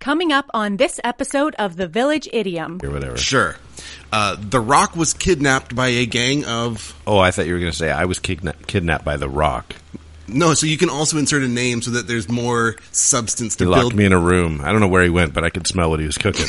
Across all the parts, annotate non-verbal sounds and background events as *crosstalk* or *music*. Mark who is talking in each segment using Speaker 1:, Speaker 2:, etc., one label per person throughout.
Speaker 1: Coming up on this episode of The Village Idiom.
Speaker 2: or whatever.
Speaker 3: Sure. Uh, the Rock was kidnapped by a gang of.
Speaker 2: Oh, I thought you were going to say I was kidna- kidnapped by The Rock.
Speaker 3: No, so you can also insert a name so that there's more substance to
Speaker 2: He locked
Speaker 3: build.
Speaker 2: me in a room. I don't know where he went, but I could smell what he was cooking.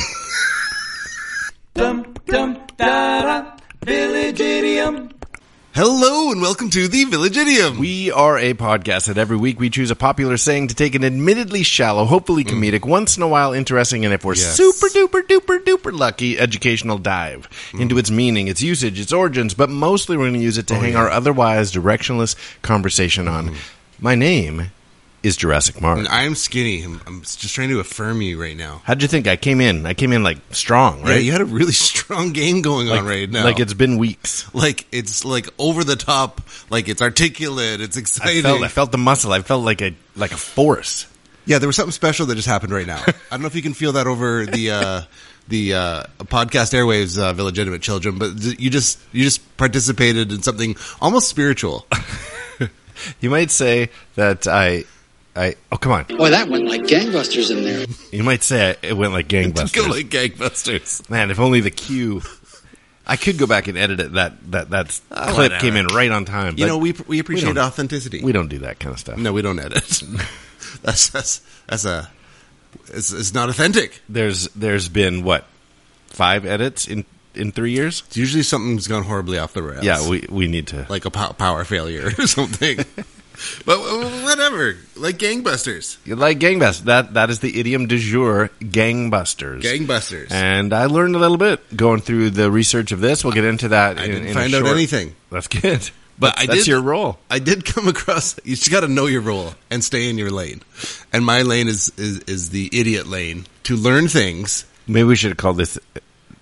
Speaker 3: Hello and welcome to the Village
Speaker 2: *laughs*
Speaker 3: Idiom.
Speaker 2: we are a podcast that every week we choose a popular saying to take an admittedly shallow, hopefully comedic, once in a while interesting, and if we're
Speaker 3: Yes.
Speaker 2: super duper duper duper lucky, educational dive into its meaning, its usage, its origins, but mostly we're going to use it to hang our otherwise directionless conversation on. My name is Jurassic Mark.
Speaker 3: I am skinny. I'm, I'm just trying to affirm you right now.
Speaker 2: How'd you think I came in? I came in like strong,
Speaker 3: Yeah,
Speaker 2: right?
Speaker 3: you had a really *laughs* strong game going
Speaker 2: like,
Speaker 3: on right now.
Speaker 2: Like it's been weeks.
Speaker 3: like it's like over the top. Like it's articulate. It's exciting.
Speaker 2: I felt, I felt the muscle. I felt like a like a
Speaker 3: *laughs*
Speaker 2: force.
Speaker 3: Yeah, there was something special that just happened
Speaker 2: *laughs*
Speaker 3: right now. I don't know if you can feel that over the uh, the uh, podcast airwaves of illegitimate children, but th- you just you just participated in something
Speaker 2: *laughs*
Speaker 3: almost spiritual.
Speaker 2: You might say that I, I oh come on.
Speaker 4: Boy, that went like gangbusters in there.
Speaker 2: You might say I, it went like
Speaker 3: Go
Speaker 2: gangbusters.
Speaker 3: like gangbusters.
Speaker 2: Man, if only the cue. I could go back and edit it. That that that clip
Speaker 3: Ah, whatever.
Speaker 2: came in right on time.
Speaker 3: You
Speaker 2: but
Speaker 3: know, we we appreciate
Speaker 2: don't-
Speaker 3: authenticity.
Speaker 2: we don't do that kind of stuff.
Speaker 3: No, we
Speaker 2: *laughs*
Speaker 3: don't edit. *laughs* that's that's that's a it's, it's not authentic.
Speaker 2: There's there's been what five edits in in three years.
Speaker 3: It's usually something's gone horribly off the rails.
Speaker 2: Yeah, we we need to.
Speaker 3: like a pow- power failure or *laughs* something.
Speaker 2: *laughs*
Speaker 3: but uh, whatever, like gangbusters,
Speaker 2: You like gangbusters. That that is the idiom du jour, gangbusters.
Speaker 3: gangbusters.
Speaker 2: And I learned a little bit going through the research of this. We'll get into that.
Speaker 3: I
Speaker 2: in,
Speaker 3: didn't
Speaker 2: in a
Speaker 3: find out
Speaker 2: short-
Speaker 3: anything.
Speaker 2: That's good.
Speaker 3: But
Speaker 2: That's-
Speaker 3: I
Speaker 2: that's
Speaker 3: did-
Speaker 2: your role.
Speaker 3: I did come *laughs* across. You just got to know your role and stay in your lane. And my lane is is, is the idiot lane to learn things.
Speaker 2: Maybe we should call this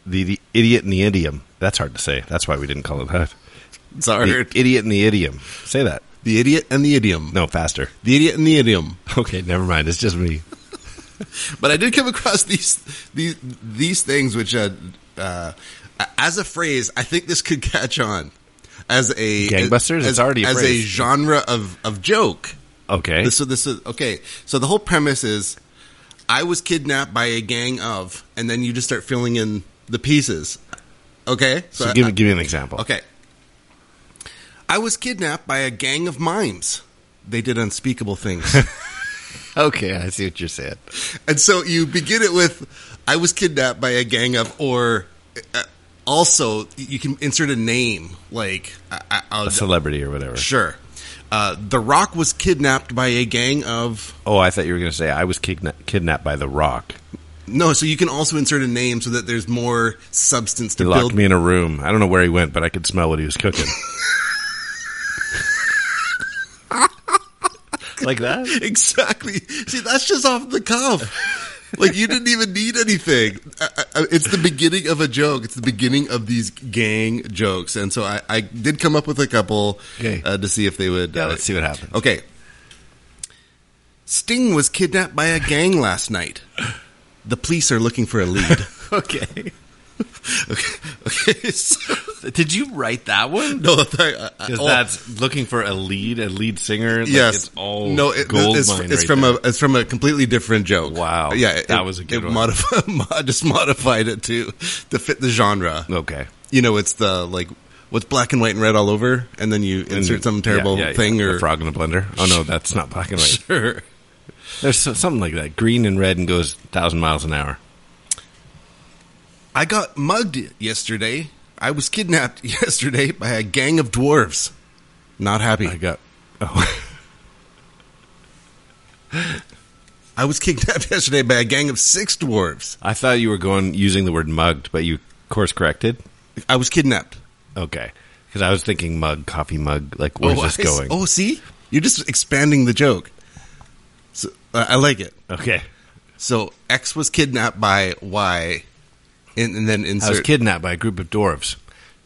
Speaker 2: the, the idiot and the idiom. That's hard to say. That's why we didn't call it that.
Speaker 3: It's hard.
Speaker 2: The
Speaker 3: The,
Speaker 2: idiot and the idiom. Say that.
Speaker 3: idiot and the idiom.
Speaker 2: No, faster. *laughs*
Speaker 3: The idiot and the idiom.
Speaker 2: Okay, never mind. It's just me.
Speaker 3: But I did come across *laughs* these these these things, which uh, uh, as a phrase, I think this could catch on as a
Speaker 2: Gangbusters?
Speaker 3: As,
Speaker 2: It's already a
Speaker 3: as a
Speaker 2: phrase.
Speaker 3: genre of of joke.
Speaker 2: Okay.
Speaker 3: So this is okay. So the whole premise is, I was kidnapped by a gang of, and then you just start filling in the pieces. Okay,
Speaker 2: So
Speaker 3: I-
Speaker 2: give, me give me an example.
Speaker 3: Okay, I was kidnapped by a gang of mimes. They did
Speaker 2: *laughs*
Speaker 3: unspeakable things,
Speaker 2: Okay, I see what you're saying.
Speaker 3: and so you begin it with, "I was kidnapped by a gang of," or uh, also you can insert a name like I, I, I'll,
Speaker 2: A celebrity or whatever.
Speaker 3: sure. Uh, the Rock was kidnapped by a gang of.
Speaker 2: Oh, I thought you were going to say I was kidna- kidnapped by The Rock.
Speaker 3: No, so you can also insert a name so that there's more substance to
Speaker 2: He locked
Speaker 3: build.
Speaker 2: me in a room. I don't know where he went, but I could smell what he was cooking. *laughs* like that?
Speaker 3: *laughs* Exactly. See, that's just off the cuff. Like you didn't even need anything. I, I, I- it's the beginning of a joke. It's the beginning of these gang jokes, and so I, I did come up with a couple
Speaker 2: Okay.
Speaker 3: uh, to see if they would.
Speaker 2: Yeah,
Speaker 3: uh,
Speaker 2: let's see what happens.
Speaker 3: Okay. Sting was kidnapped by a gang last night. The police are looking for
Speaker 2: *laughs*
Speaker 3: a lead.
Speaker 2: Okay.
Speaker 3: okay. okay. So,
Speaker 2: Did you write that one?
Speaker 3: *laughs* no, I, I,
Speaker 2: Because
Speaker 3: oh.
Speaker 2: that's looking for a lead, a lead singer. Like
Speaker 3: yes,
Speaker 2: it's all
Speaker 3: no. It,
Speaker 2: gold
Speaker 3: it's,
Speaker 2: mine
Speaker 3: it's
Speaker 2: right
Speaker 3: from
Speaker 2: there.
Speaker 3: a it's from a completely different joke.
Speaker 2: Wow.
Speaker 3: yeah, it-
Speaker 2: That was a good
Speaker 3: it
Speaker 2: one.
Speaker 3: *laughs* modif- mod- just modified it to to fit the genre.
Speaker 2: okay.
Speaker 3: You know, it's the like what's black and white and red all over, and then you insert some terrible
Speaker 2: Yeah, yeah, yeah.
Speaker 3: thing
Speaker 2: The
Speaker 3: or
Speaker 2: frog in a blender. Oh no, that's not black and *laughs* white.
Speaker 3: Sure.
Speaker 2: There's so, something like that, green and red, and goes thousand miles an hour.
Speaker 3: *laughs* I got mugged yesterday. I was kidnapped *laughs* yesterday by a gang of dwarves. Not happy.
Speaker 2: I got. Oh, *laughs*
Speaker 3: I was kidnapped *laughs* yesterday by a gang of six dwarves.
Speaker 2: I thought you were going using the word mugged, but you course corrected.
Speaker 3: I was kidnapped.
Speaker 2: Okay, because I was thinking mug, coffee mug. Like where's
Speaker 3: oh,
Speaker 2: this
Speaker 3: I s-
Speaker 2: going?
Speaker 3: Oh, see, you're just expanding the joke. So, uh, I like it.
Speaker 2: Okay,
Speaker 3: So X was kidnapped by Y, and, and then
Speaker 2: I was
Speaker 3: insert.
Speaker 2: kidnapped by a group of dwarves.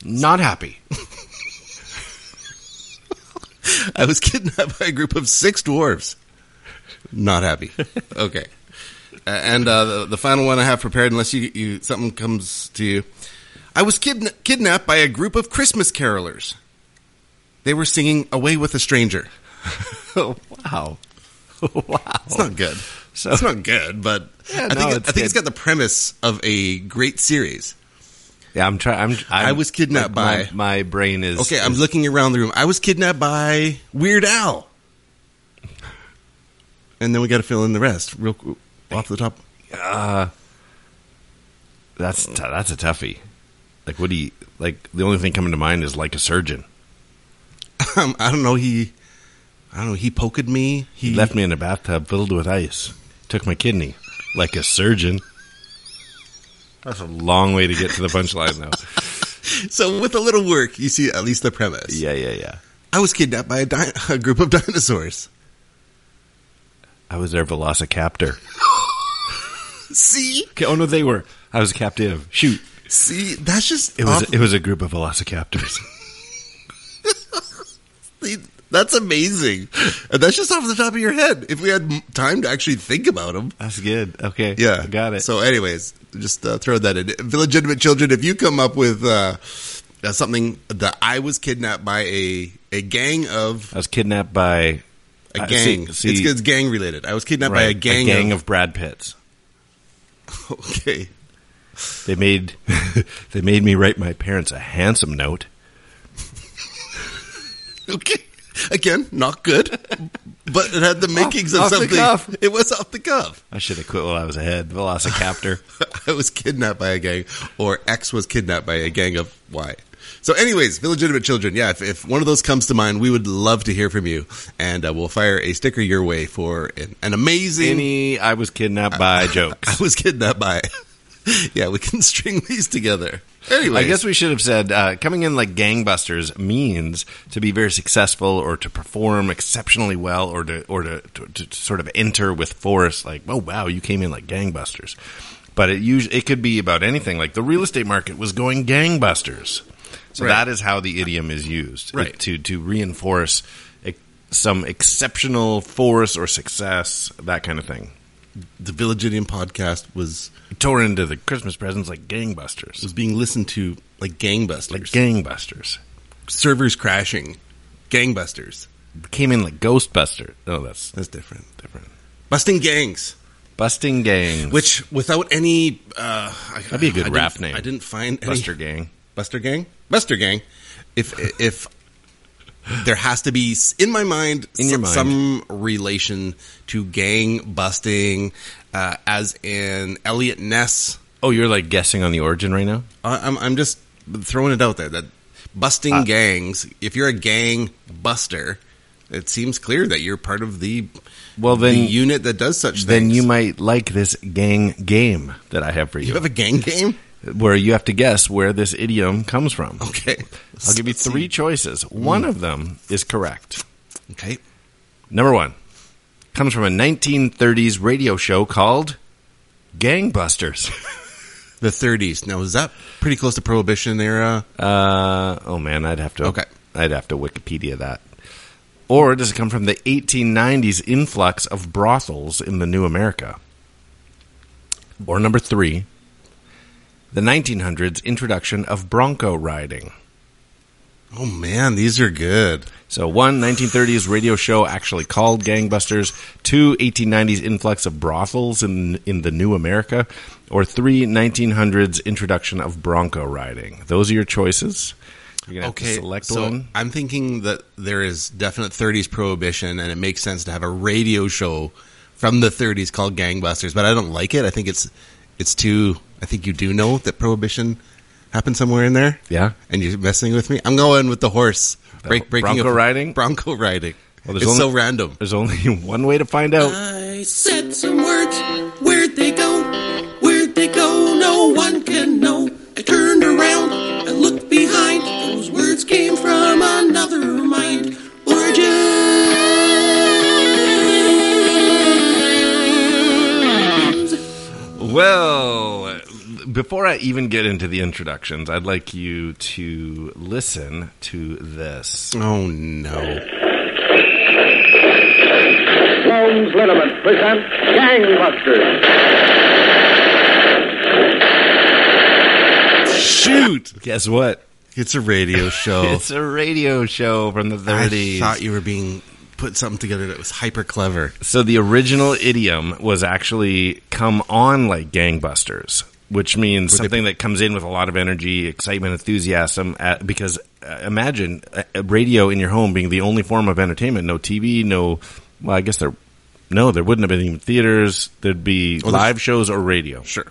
Speaker 2: Not happy.
Speaker 3: *laughs* I was kidnapped by a group of six dwarves.
Speaker 2: *laughs*
Speaker 3: Not happy. Okay. Uh, and uh, the, the final one I have prepared, unless you, you something comes to you. I was kidna- kidnapped by a group of Christmas carolers. They
Speaker 2: *laughs*
Speaker 3: were singing "Away with a Stranger."
Speaker 2: Oh, *laughs* wow. wow.
Speaker 3: It's not good.
Speaker 2: So
Speaker 3: It's not good, but I
Speaker 2: no,
Speaker 3: think, it-
Speaker 2: it's
Speaker 3: I think it's
Speaker 2: good.
Speaker 3: got the premise of a great series.
Speaker 2: yeah, I'm trying. I'm, I'm,
Speaker 3: I was kidnapped
Speaker 2: my-
Speaker 3: by-
Speaker 2: My, brain is
Speaker 3: Okay, I'm looking around the room. I was kidnapped by Weird Al, and then we got to fill in the rest real qu- off the top. *laughs*
Speaker 2: That's t- that's a toughie. Like what do you like? The only thing coming to mind is like a surgeon.
Speaker 3: Um, I don't know. He, I don't know. He poked me. He,
Speaker 2: He left me in a bathtub filled with ice. Took my kidney like a surgeon. That's a long way to get to the punchline, though. *laughs*
Speaker 3: So with a little work, you see at least the premise.
Speaker 2: yeah, yeah, yeah.
Speaker 3: I was kidnapped by a, di- *laughs* a group of dinosaurs.
Speaker 2: I was their velocicaptor.
Speaker 3: See,
Speaker 2: Okay, oh no, they were. I was a captive. Shoot,
Speaker 3: see, that's just
Speaker 2: it was
Speaker 3: awful.
Speaker 2: it was a group of *laughs* velocicaptors.
Speaker 3: that's amazing. And that's just off the top of your head. If we had m- time to actually think about them.
Speaker 2: That's good. Okay,
Speaker 3: Yeah,
Speaker 2: got it.
Speaker 3: So, anyways, just uh, throw that in. Illegitimate children, if you come up with uh, uh, something that I was kidnapped by a a gang of
Speaker 2: I was kidnapped by
Speaker 3: a
Speaker 2: uh, see-
Speaker 3: gang.
Speaker 2: see-
Speaker 3: it's, it's gang related. I was kidnapped by
Speaker 2: right,
Speaker 3: a gang,
Speaker 2: of Brad Pitts.
Speaker 3: of. *laughs* Okay.
Speaker 2: They made *laughs* they made me write my parents a handsome note.
Speaker 3: Okay. Again, not good, but it had the makings
Speaker 2: off
Speaker 3: of
Speaker 2: the
Speaker 3: something.
Speaker 2: cuff.
Speaker 3: It was off the cuff.
Speaker 2: I should have quit while I was ahead.
Speaker 3: *laughs*
Speaker 2: Velocicaptor.
Speaker 3: I was kidnapped by a gang, or X was kidnapped by a gang of Y. So, anyways, illegitimate children. Yeah, if, if one of those comes to mind, we would love to hear from you, and uh, we'll fire a sticker your way for an, an amazing.
Speaker 2: Any I was kidnapped by
Speaker 3: *laughs* I
Speaker 2: jokes.
Speaker 3: was kidnapped by. *laughs* yeah, we can *laughs* string these together. Anyway,
Speaker 2: I guess we should have said uh, coming in like gangbusters means to be very successful or to perform exceptionally well or to or to, to, to sort of enter with force like oh wow you came in like gangbusters, but it usually it could be about anything like the real estate market was going gangbusters, so
Speaker 3: Right.
Speaker 2: that is how the idiom is used
Speaker 3: Right.
Speaker 2: to to reinforce ex- some exceptional force or success that kind of thing.
Speaker 3: the Villagidian podcast was
Speaker 2: Tore into the Christmas presents like gangbusters.
Speaker 3: was being listened to like gangbusters,
Speaker 2: like gangbusters.
Speaker 3: servers crashing, gangbusters.
Speaker 2: Came in like Ghostbuster. No, that's
Speaker 3: That's different.
Speaker 2: different.
Speaker 3: Busting gangs.
Speaker 2: Busting gangs.
Speaker 3: Which, without any, uh, I-
Speaker 2: That'd be a good
Speaker 3: I
Speaker 2: rap
Speaker 3: didn't-
Speaker 2: name.
Speaker 3: I didn't find any-
Speaker 2: Buster gang.
Speaker 3: Buster Gang, Buster Gang. If if there has to be s- in my mind,
Speaker 2: In your
Speaker 3: s- some relation to gang busting, uh, as in Elliot Ness.
Speaker 2: Oh, you're like guessing on the origin right now.
Speaker 3: I- I'm I'm just throwing it out there that busting
Speaker 2: Uh,
Speaker 3: gangs. If you're a gang buster, it seems clear that you're part of the
Speaker 2: Well,
Speaker 3: the
Speaker 2: then-
Speaker 3: unit that does such
Speaker 2: Then
Speaker 3: things.
Speaker 2: you might like this gang game that I have for
Speaker 3: you
Speaker 2: you,
Speaker 3: have a gang game.
Speaker 2: where you have to guess where this idiom comes from.
Speaker 3: Okay, Hmm.
Speaker 2: I'll give you three choices. One of them is correct.
Speaker 3: Okay,
Speaker 2: Number one comes from a 1930s radio show called Gangbusters.
Speaker 3: the 30s. Now is that pretty close to Prohibition era?
Speaker 2: Uh, oh man, I'd have to.
Speaker 3: Okay.
Speaker 2: I'd have to Wikipedia that. Or does it come from the 1890s influx of brothels in the New America? Or number three, the 1900s introduction of bronco riding.
Speaker 3: Oh man, these are good.
Speaker 2: So one 1930s radio show actually called Gangbusters. Two 1890s influx of brothels in in the New America, or three 1900s introduction of bronco riding. Those are your choices. You're gonna have to select
Speaker 3: so
Speaker 2: one.
Speaker 3: I'm thinking that there is definite 30s prohibition, and it makes sense to have a radio show from the 30s called Gangbusters. But I don't like it. I think it's it's too. I think you do know that prohibition happened somewhere in there.
Speaker 2: Yeah.
Speaker 3: and you're messing with me. I'm going with the horse. Break, breaking
Speaker 2: bronco
Speaker 3: up-
Speaker 2: riding?
Speaker 3: Bronco riding.
Speaker 2: Well,
Speaker 3: it's
Speaker 2: there's only-
Speaker 3: so random.
Speaker 2: There's only *laughs* one way to find out.
Speaker 5: I said some words. Where'd they go? Where'd they go? No one can know. I turned around and looked behind. Those words came from another mind. Origins.
Speaker 2: Well, before I even get into the introductions, I'd like you to listen to this.
Speaker 3: Oh no!
Speaker 6: Bones Liniment presents Gangbusters.
Speaker 3: Shoot!
Speaker 2: Guess what? *laughs*
Speaker 3: It's a radio show.
Speaker 2: It's a radio show from the 30s.
Speaker 3: I thought you were being put something together that was hyper clever.
Speaker 2: So the original idiom was actually "come on like gangbusters," which means something that comes in with a lot of energy, excitement, enthusiasm. At, because uh, imagine uh, uh, radio in your home being the only form of entertainment. No TV, no. Well, I guess there. No, there wouldn't have been even theaters. There'd be
Speaker 3: Well, there's-
Speaker 2: live shows or radio.
Speaker 3: Sure.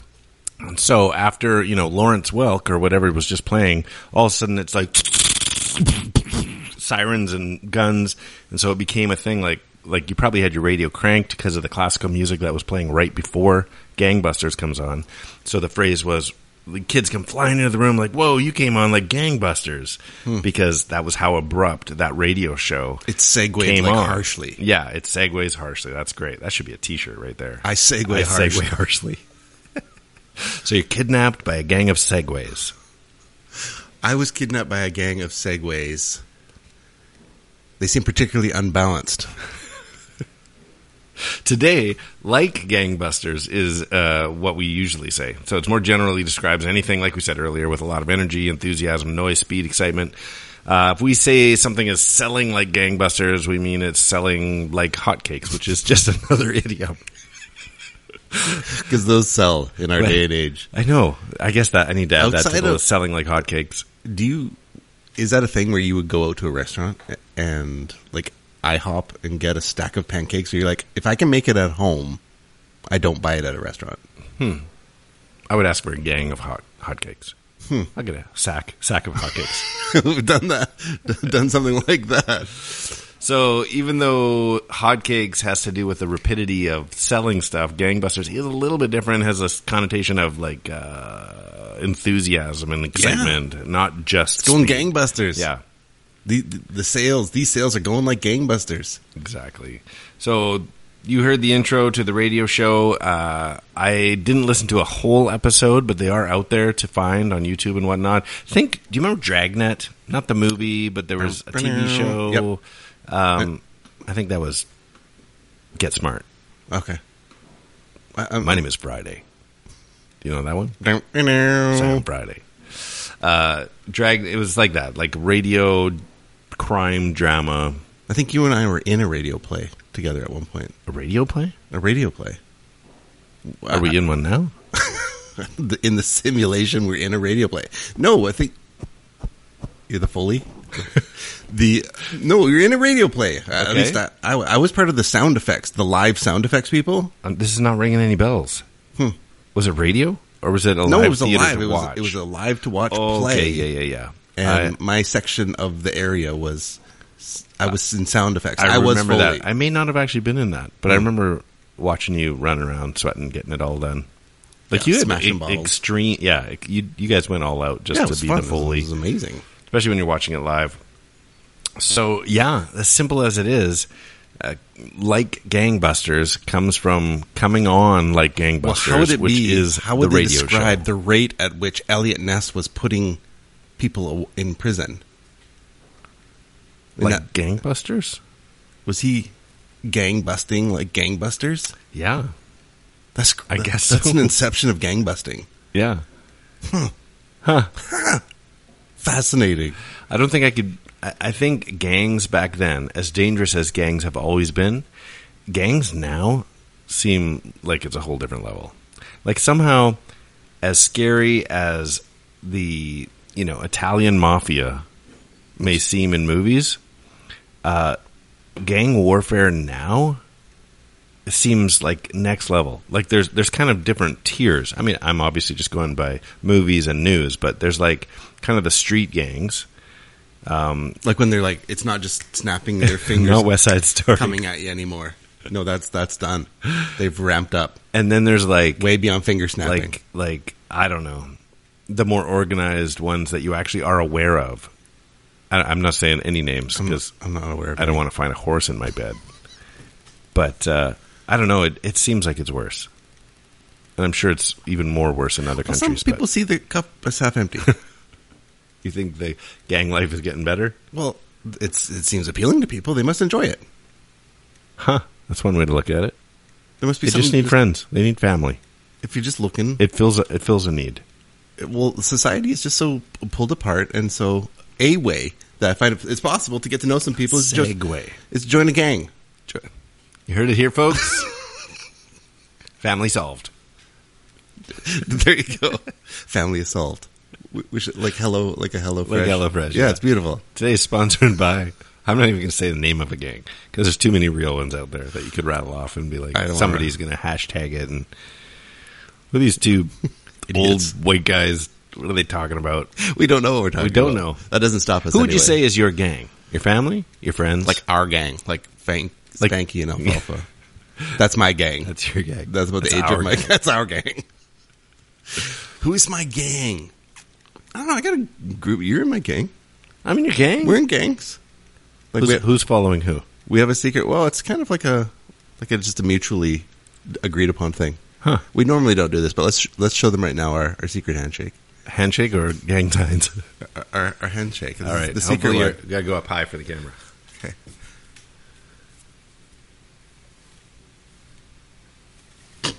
Speaker 2: And so after you know Lawrence Welk or whatever was just playing, all of a sudden it's like sirens and guns, and so it became a thing. Like like you probably had your radio cranked because of the classical music that was playing right before Gangbusters comes on. So the phrase was. The kids come flying into the room like, "Whoa, you came on like gangbusters," because that was how abrupt that radio show
Speaker 3: Hmm. It segued
Speaker 2: came
Speaker 3: like
Speaker 2: on.
Speaker 3: harshly.
Speaker 2: Yeah, it segues harshly. That's great. That should be a T-shirt right there.
Speaker 3: I segue
Speaker 2: I
Speaker 3: harshly.
Speaker 2: segue harshly. *laughs* so you're kidnapped by a gang of segways.
Speaker 3: I was kidnapped by a gang of segways. They seem particularly unbalanced. *laughs*
Speaker 2: Today, like gangbusters is uh, what we usually say. So it's more generally describes anything, like we said earlier, with a lot of energy, enthusiasm, noise, speed, excitement. Uh, if we say something is selling like gangbusters, we mean it's selling like hotcakes, which is *laughs* just another idiom.
Speaker 3: Because those sell in our
Speaker 2: Right.
Speaker 3: day and age.
Speaker 2: I know. I guess that I need to add that
Speaker 3: Outside
Speaker 2: to the
Speaker 3: of-
Speaker 2: selling like hotcakes.
Speaker 3: Do you? Is that a thing where you would go out to a restaurant and like IHOP and get a stack of pancakes? Or you're like, if I can make it at home, I don't buy it at a restaurant. *laughs*
Speaker 2: I would ask for a gang of hot hotcakes. I'll get a sack sack of hotcakes.
Speaker 3: We've done that, *laughs* done something like that.
Speaker 2: So even though hotcakes has to do with the rapidity of selling stuff, gangbusters is a little bit different. Has this connotation of like uh, enthusiasm and excitement, not just
Speaker 3: Going
Speaker 2: speed.
Speaker 3: gangbusters.
Speaker 2: Yeah,
Speaker 3: the, the the sales. These sales are going like gangbusters.
Speaker 2: exactly. So you heard the intro to the radio show. Uh, I didn't listen to a whole episode, but they are out there to find on YouTube and whatnot. think. Do you remember Dragnet? Not the movie, but there was a TV show. Um, I think that was Get Smart.
Speaker 3: Okay. I, I'm-
Speaker 2: My name is Friday. Do you know that one? Sam
Speaker 3: Sam.
Speaker 2: Friday. Uh, drag. It was like that, like radio crime drama,
Speaker 3: I think you and I were in a radio play together at one point.
Speaker 2: a radio play.
Speaker 3: A radio play. Uh,
Speaker 2: Are we in one now?
Speaker 3: The- In the simulation, we're in a radio play. No, I think you're
Speaker 2: *laughs*
Speaker 3: the Foley. the no, you're in a radio play. Uh, At
Speaker 2: Okay.
Speaker 3: least I, I, I was part of the sound effects, the live sound effects people.
Speaker 2: Um, this is not ringing any bells. Was it radio or was it a
Speaker 3: Hmm. no,
Speaker 2: live
Speaker 3: it was
Speaker 2: theater
Speaker 3: alive.
Speaker 2: to
Speaker 3: It was
Speaker 2: watch? Oh,
Speaker 3: it was a live to watch
Speaker 2: okay,
Speaker 3: play.
Speaker 2: Yeah, yeah, yeah.
Speaker 3: And my section of the area was I was in sound effects.
Speaker 2: I,
Speaker 3: I,
Speaker 2: I
Speaker 3: was Hmm.
Speaker 2: remember
Speaker 3: Foley.
Speaker 2: that. I may not have actually been in that, but I remember watching you run around, sweating, getting it all done. Like
Speaker 3: Yeah,
Speaker 2: you had
Speaker 3: smashing
Speaker 2: e-
Speaker 3: bottles.
Speaker 2: extreme, yeah. You you guys went all out just
Speaker 3: yeah, it
Speaker 2: to
Speaker 3: was
Speaker 2: be
Speaker 3: fun.
Speaker 2: the Foley.
Speaker 3: It was amazing.
Speaker 2: especially when you're watching it live. So yeah, as simple as it is, uh, like gangbusters comes from coming on like gangbusters,
Speaker 3: Well, how would it
Speaker 2: which
Speaker 3: be?
Speaker 2: is
Speaker 3: how would
Speaker 2: the
Speaker 3: they
Speaker 2: radio
Speaker 3: describe
Speaker 2: show.
Speaker 3: the rate at which Elliot Ness was putting people aw- in prison? In
Speaker 2: like
Speaker 3: that-
Speaker 2: gangbusters.
Speaker 3: was he gang busting like gangbusters?
Speaker 2: Yeah,
Speaker 3: That's
Speaker 2: I
Speaker 3: that-
Speaker 2: *laughs* guess
Speaker 3: that's
Speaker 2: so.
Speaker 3: an inception of gang busting.
Speaker 2: yeah.
Speaker 3: Fascinating.
Speaker 2: I don't think I could. I, I think gangs back then, as dangerous as gangs have always been, gangs now seem like it's a whole different level. Like somehow, as scary as the you know Italian mafia may seem in movies, uh, gang warfare now seems like next level. Like there's there's kind of different tiers. I mean, I'm obviously just going by movies and news, but there's like kind of the street gangs,
Speaker 3: Like when they're like, it's not just snapping their
Speaker 2: *laughs*
Speaker 3: fingers
Speaker 2: not West Side Story.
Speaker 3: coming at you anymore. No, that's that's done. They've ramped up
Speaker 2: And then there's like
Speaker 3: way beyond finger snapping.
Speaker 2: like like I don't know the more organized ones that you actually are aware of. I, I'm not saying any names
Speaker 3: I'm,
Speaker 2: because
Speaker 3: I'm not aware of.
Speaker 2: I don't
Speaker 3: any.
Speaker 2: want to find a horse in my bed. But uh, I don't know. It, it seems like it's worse, and I'm sure it's even more worse in other
Speaker 3: Well, some
Speaker 2: countries.
Speaker 3: people
Speaker 2: but
Speaker 3: see the cup as
Speaker 2: *laughs*
Speaker 3: half empty.
Speaker 2: you think the gang life is getting better?
Speaker 3: well, it's it seems appealing to people. They must enjoy it.
Speaker 2: Huh? That's one way to look at it.
Speaker 3: There must be
Speaker 2: They
Speaker 3: something
Speaker 2: just need
Speaker 3: to-
Speaker 2: friends. They need family.
Speaker 3: if you're just looking,
Speaker 2: It fills a, it fills a need.
Speaker 3: well, society is just so pulled apart and so a way that I find it- it's possible to get to know some people. It's just-
Speaker 2: Segue.
Speaker 3: It's join a gang. Jo- *laughs*
Speaker 2: You heard it here, folks. Family solved.
Speaker 3: There you go. Family assault. We, we should like hello, like a hello fresh.
Speaker 2: Hello Fresh,
Speaker 3: Yeah,
Speaker 2: yeah.
Speaker 3: it's beautiful.
Speaker 2: Today is sponsored *laughs* by. I'm not even going to say the name of a gang because there's too many real ones out there that you could rattle off and be like,
Speaker 3: I don't wanna-
Speaker 2: somebody's going to hashtag it. And what are these two old
Speaker 3: *laughs* Idiots.
Speaker 2: white guys? What are they talking about?
Speaker 3: We don't know what we're talking.
Speaker 2: We don't
Speaker 3: about.
Speaker 2: know.
Speaker 3: That doesn't stop us.
Speaker 2: Who would you
Speaker 3: anyway.
Speaker 2: say is your gang? Your family? Your friends?
Speaker 3: like our gang? Like Fank,
Speaker 2: Like-
Speaker 3: Fanky
Speaker 2: *laughs*
Speaker 3: and Alfalfa. That's my gang.
Speaker 2: that's your gang.
Speaker 3: That's about the age
Speaker 2: our
Speaker 3: of my.
Speaker 2: gang.
Speaker 3: That's
Speaker 2: *laughs*
Speaker 3: our gang. Who's my gang? I don't know. I got a group. You're in my gang.
Speaker 2: I'm in your gang.
Speaker 3: We're in gangs. Like
Speaker 2: who's,
Speaker 3: we,
Speaker 2: who's following who?
Speaker 3: we have a secret. Well, it's kind of like a like a, just a mutually agreed upon thing.
Speaker 2: Huh.
Speaker 3: We normally don't do this, but let's let's show them right now our, our secret handshake.
Speaker 2: Handshake or gang
Speaker 3: *laughs*
Speaker 2: signs?
Speaker 3: Our, our, our handshake. This
Speaker 2: All
Speaker 3: is
Speaker 2: right.
Speaker 3: Uh, The secret
Speaker 2: hopefully
Speaker 3: word.
Speaker 2: you're- you got to go up high for the camera.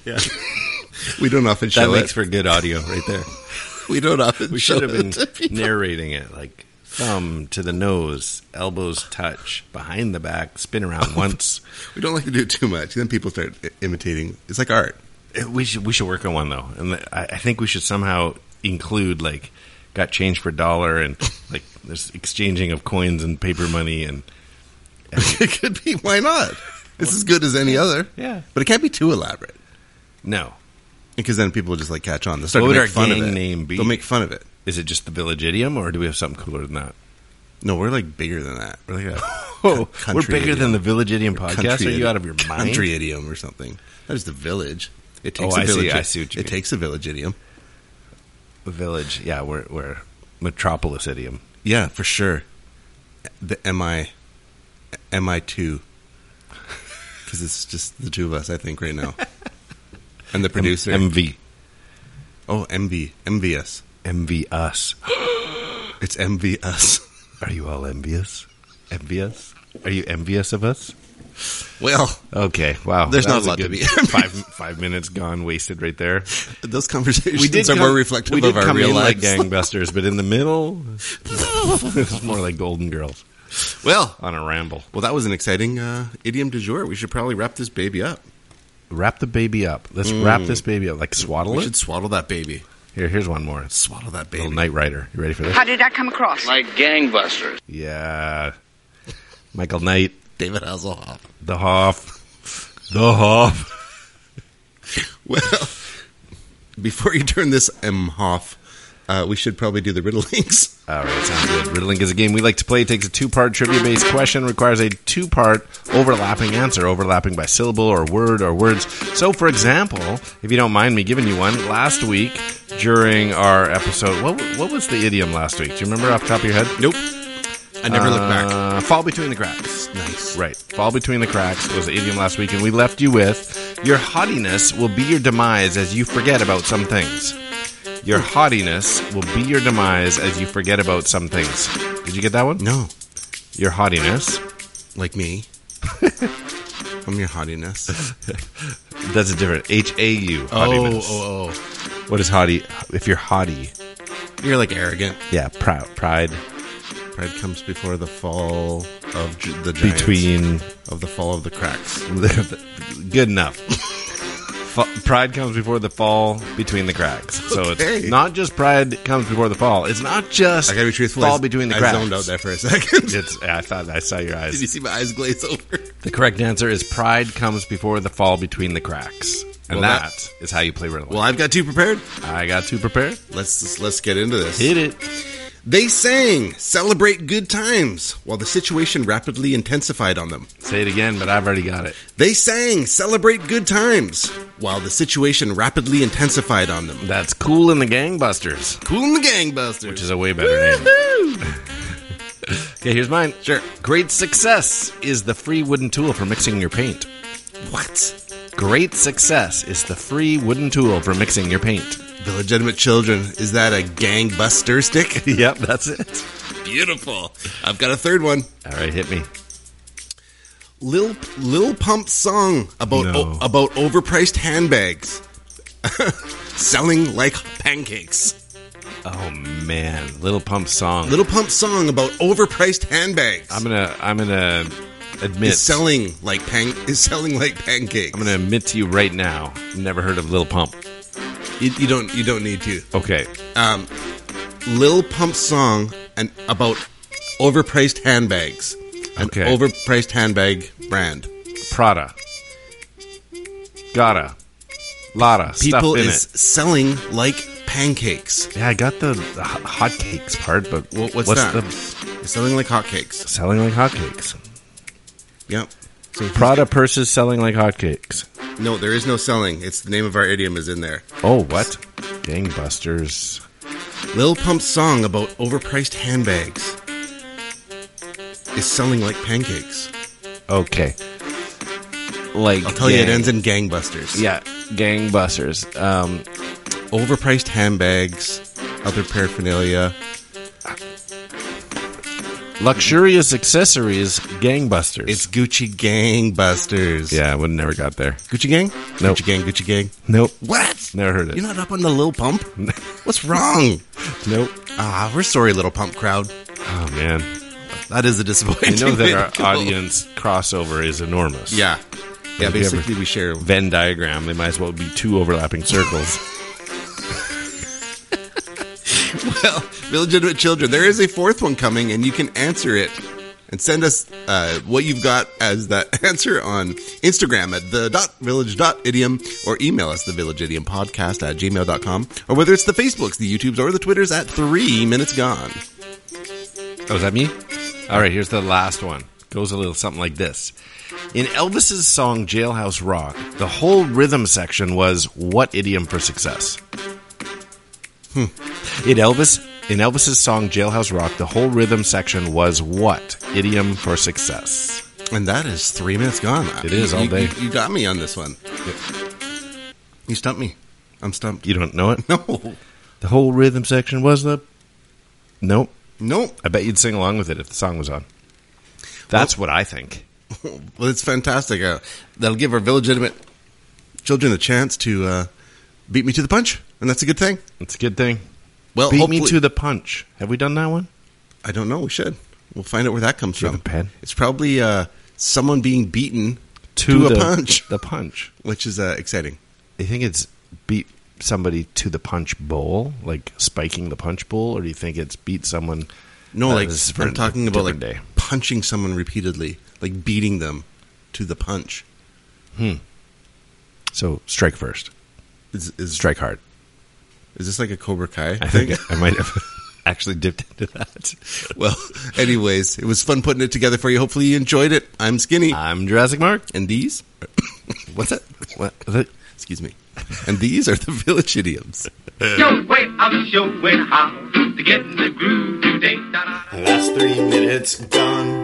Speaker 3: Yeah. *laughs* we don't often
Speaker 2: That
Speaker 3: show
Speaker 2: makes
Speaker 3: it.
Speaker 2: for good audio right there.
Speaker 3: *laughs* we don't
Speaker 2: *laughs*
Speaker 3: often.
Speaker 2: We
Speaker 3: show
Speaker 2: should have
Speaker 3: it *laughs*
Speaker 2: been
Speaker 3: to people.
Speaker 2: narrating it like thumb to the nose, elbows touch, behind the back, spin *laughs* around once.
Speaker 3: We don't like to do it too much. Then people start i- imitating. It's like art.
Speaker 2: Uh, We should we should work on one though, and th- I, I think we should somehow include like got change for dollar and *laughs* like there's exchanging of coins and paper money and
Speaker 3: *laughs* it could be. Why not? It's as good as any other.
Speaker 2: Yeah.
Speaker 3: But it can't be too elaborate
Speaker 2: no,
Speaker 3: because then people just like catch on. They start
Speaker 2: What
Speaker 3: to
Speaker 2: would
Speaker 3: make
Speaker 2: our
Speaker 3: fun of
Speaker 2: gang
Speaker 3: it.
Speaker 2: name be?
Speaker 3: They'll make fun of it.
Speaker 2: is it just the village idiom or do we have something cooler than that?
Speaker 3: No, we're like bigger than that. We're
Speaker 2: *laughs*
Speaker 3: like a
Speaker 2: Oh,
Speaker 3: co-
Speaker 2: we're
Speaker 3: country
Speaker 2: bigger
Speaker 3: idiom.
Speaker 2: than the village idiom
Speaker 3: Country
Speaker 2: podcast. Are you
Speaker 3: idiom.
Speaker 2: out of your mind?
Speaker 3: Country idiom or something. That is the village. It takes
Speaker 2: Oh,
Speaker 3: a
Speaker 2: I see,
Speaker 3: village.
Speaker 2: I see what you
Speaker 3: it
Speaker 2: mean.
Speaker 3: takes a village idiom.
Speaker 2: Village, yeah, we're we're metropolis idiom.
Speaker 3: Yeah, for sure. The MI, MI two, *laughs* because it's just the two of us. I think right now, and the producer.
Speaker 2: MV,
Speaker 3: oh, MV, MVS.
Speaker 2: MV us.
Speaker 3: It's MVS.
Speaker 2: Are you all envious? Envious? Are you envious of us?
Speaker 3: *laughs* Well,
Speaker 2: Okay, wow.
Speaker 3: There's
Speaker 2: that
Speaker 3: not
Speaker 2: was
Speaker 3: a lot to
Speaker 2: good *laughs*
Speaker 3: be-
Speaker 2: five five minutes gone, wasted right there.
Speaker 3: those conversations
Speaker 2: We did
Speaker 3: are
Speaker 2: come-
Speaker 3: more reflective
Speaker 2: we did
Speaker 3: of our
Speaker 2: come
Speaker 3: real
Speaker 2: in
Speaker 3: lives.
Speaker 2: like gangbusters, but in the middle, *laughs*
Speaker 3: *laughs*
Speaker 2: it's more like Golden Girls
Speaker 3: well,
Speaker 2: on a ramble.
Speaker 3: well, that was an exciting uh, idiom du jour. We should probably wrap this baby up.
Speaker 2: Wrap the baby up. Let's wrap this baby up, like swaddle
Speaker 3: Mm. We
Speaker 2: it.
Speaker 3: should swaddle that baby.
Speaker 2: Here, here's one more.
Speaker 3: Swaddle that baby.
Speaker 2: Little Knight Rider. You ready for this?
Speaker 7: How did that come across?
Speaker 4: Like gangbusters.
Speaker 2: Yeah, Michael Knight,
Speaker 3: David Hasselhoff.
Speaker 2: the Hoff, the Hoff.
Speaker 3: Well, *laughs* before you turn this M off, uh, we should probably do the riddle links.
Speaker 2: All right, sounds good. Riddling is a game we like to play. It takes a two-part trivia-based question, requires a two-part overlapping answer, overlapping by syllable or word or words. So, for example, if you don't mind me giving you one, last week during our episode, what what was the idiom last week? Do you remember off the top of your head?
Speaker 3: Nope. I never look back.
Speaker 2: Uh, fall between the cracks.
Speaker 3: Nice.
Speaker 2: Right. Fall between the cracks was the idiom last week, and we left you with your haughtiness will be your demise as you forget about some things. Your haughtiness will be your demise as you forget about some things. Did you get that one?
Speaker 3: No,
Speaker 2: Your haughtiness.
Speaker 3: like me.
Speaker 2: *laughs*
Speaker 3: I'm your
Speaker 2: Oh,
Speaker 3: haughtiness.
Speaker 2: That's a different H A U. Haughtiness.
Speaker 3: oh,
Speaker 2: What is haughty? If you're haughty,
Speaker 3: oh. You're like arrogant.
Speaker 2: yeah, proud, pride
Speaker 3: Pride comes before the fall of gi- the giants.
Speaker 2: between
Speaker 3: Of the fall of the cracks.
Speaker 2: *laughs* good enough. F- pride comes before the fall between the cracks. So
Speaker 3: Okay.
Speaker 2: it's not just pride comes before the fall. It's not just
Speaker 3: I gotta be truthful.
Speaker 2: fall
Speaker 3: I-
Speaker 2: between the
Speaker 3: I
Speaker 2: cracks.
Speaker 3: zoned out there for a *laughs* second. Did
Speaker 2: It's, I thought I saw your eyes.
Speaker 3: you *laughs* see my eyes glaze over?
Speaker 2: The correct answer is pride comes before the fall between the cracks. And
Speaker 3: Well, that-
Speaker 2: that is how you play riddle.
Speaker 3: Well, I've got two prepared.
Speaker 2: I got two prepared.
Speaker 3: Let's let's get into this.
Speaker 2: Hit it.
Speaker 3: They sang "Celebrate Good Times" while the situation rapidly intensified on them.
Speaker 2: Say it again, but I've already got it.
Speaker 3: They sang "Celebrate Good Times" while the situation rapidly intensified on them.
Speaker 2: That's cool in the gangbusters,
Speaker 3: Cool and the gangbusters.
Speaker 2: which is a way better name. *laughs* Okay, here's mine.
Speaker 3: Sure.
Speaker 2: Great success is the free wooden tool for mixing your paint.
Speaker 3: what?
Speaker 2: Great success is the free wooden tool for mixing your
Speaker 3: *laughs*
Speaker 2: paint.
Speaker 3: The legitimate children. Is that a gangbuster stick?
Speaker 2: Yep, that's it.
Speaker 3: Beautiful. I've got a third one.
Speaker 2: All right, hit me.
Speaker 3: Lil Lil Pump's song about
Speaker 2: No.
Speaker 3: o- about overpriced *laughs* handbags selling like pancakes.
Speaker 2: Oh man, Little Pump song.
Speaker 3: Little Pump song about overpriced handbags.
Speaker 2: I'm gonna I'm gonna admit
Speaker 3: is selling like pan- is selling like pancakes.
Speaker 2: I'm gonna admit to you right now. Never heard of Little Pump.
Speaker 3: you, you don't you don't need to.
Speaker 2: Okay,
Speaker 3: Um, Lil Pump song and about overpriced handbags. An
Speaker 2: Okay.
Speaker 3: overpriced handbag brand.
Speaker 2: Prada, Gotta, Lotta.
Speaker 3: People
Speaker 2: stuff in
Speaker 3: is
Speaker 2: it.
Speaker 3: selling like pancakes.
Speaker 2: Yeah, I got the, the ho- hotcakes part, but
Speaker 3: Wha- what's that?
Speaker 2: the
Speaker 3: It's selling like hotcakes.
Speaker 2: selling like hotcakes?
Speaker 3: Yep. So
Speaker 2: Prada purses selling like hotcakes.
Speaker 3: No, there is no selling. It's the name of our idiom is in there.
Speaker 2: Oh, what? Gangbusters.
Speaker 3: Lil Pump's song about overpriced handbags is selling like pancakes.
Speaker 2: Okay. Like
Speaker 3: I'll tell you, it
Speaker 2: gang-
Speaker 3: ends in gangbusters.
Speaker 2: Yeah, gangbusters. Um,
Speaker 3: Overpriced handbags, other paraphernalia.
Speaker 2: luxurious accessories. Gangbusters.
Speaker 3: It's Gucci gangbusters.
Speaker 2: yeah, I would never got there.
Speaker 3: Gucci gang?
Speaker 2: Nope.
Speaker 3: Gucci gang, Gucci gang.
Speaker 2: Nope.
Speaker 3: What?
Speaker 2: Never heard it.
Speaker 3: You're not up on the Lil Pump? What's wrong?
Speaker 2: Nope.
Speaker 3: Ah, we're sorry, Little Pump crowd.
Speaker 2: Oh man,
Speaker 3: That is a
Speaker 2: I
Speaker 3: disappointment.
Speaker 2: know that our *laughs* audience crossover is enormous.
Speaker 3: Yeah. Yeah,
Speaker 2: Have you
Speaker 3: basically we share
Speaker 2: Venn diagram. They might as well be two overlapping circles.
Speaker 3: Well, illegitimate children. There is a fourth one coming, and you can answer it and send us uh, what you've got as that *laughs* answer on Instagram at the dot village dot idiom or email us the village idiom podcast at gmail.com or whether it's the Facebooks, the YouTubes, or the Twitters at three minutes gone.
Speaker 2: Oh, is that me? All right, here's the last one. Goes a little something like this. In Elvis's song Jailhouse Rock, the whole rhythm section was what idiom for success? Hmm. In Elvis in Elvis's song Jailhouse Rock, the whole rhythm section was what idiom for success?
Speaker 3: And that is three minutes gone.
Speaker 2: It is all
Speaker 3: You-
Speaker 2: day.
Speaker 3: You, you got me on this one. You stumped me. I'm stumped.
Speaker 2: You don't know it?
Speaker 3: *laughs* No.
Speaker 2: The whole rhythm section was the Nope.
Speaker 3: Nope.
Speaker 2: I bet you'd sing along with it if the song was on. That's what I think.
Speaker 3: Well, it's fantastic. Uh, that'll give our illegitimate children a chance to uh, beat me to the punch, and that's a good thing.
Speaker 2: It's a good thing.
Speaker 3: Well,
Speaker 2: Beat me
Speaker 3: hopefully-
Speaker 2: to the punch. Have we done that one?
Speaker 3: I don't know. We should. We'll find out where that comes
Speaker 2: you have
Speaker 3: from.
Speaker 2: a pen?
Speaker 3: It's probably uh, someone being beaten to, a
Speaker 2: the,
Speaker 3: punch, *laughs*
Speaker 2: The punch.
Speaker 3: which is uh, exciting.
Speaker 2: Do you think it's beat somebody to the punch bowl, like spiking the punch bowl, or do you think it's beat someone?
Speaker 3: No,
Speaker 2: Uh,
Speaker 3: like
Speaker 2: this is for
Speaker 3: I'm
Speaker 2: a
Speaker 3: talking about like
Speaker 2: different day.
Speaker 3: punching someone repeatedly, like beating them to the punch.
Speaker 2: So strike first,
Speaker 3: Is, is
Speaker 2: strike hard.
Speaker 3: Is this like a Cobra Kai?
Speaker 2: I think I might have *laughs* actually dipped into that.
Speaker 3: *laughs* well, anyways, it was fun putting it together for you. Hopefully, you enjoyed it. I'm Skinny,
Speaker 2: I'm Jurassic Mark.
Speaker 3: and these. *coughs* What's that?
Speaker 2: What? The,
Speaker 3: Excuse me. And these are the *laughs* village idioms.
Speaker 7: Yo, wait, I'm showing how to get in the groove today. Da-da.
Speaker 8: Last three minutes gone.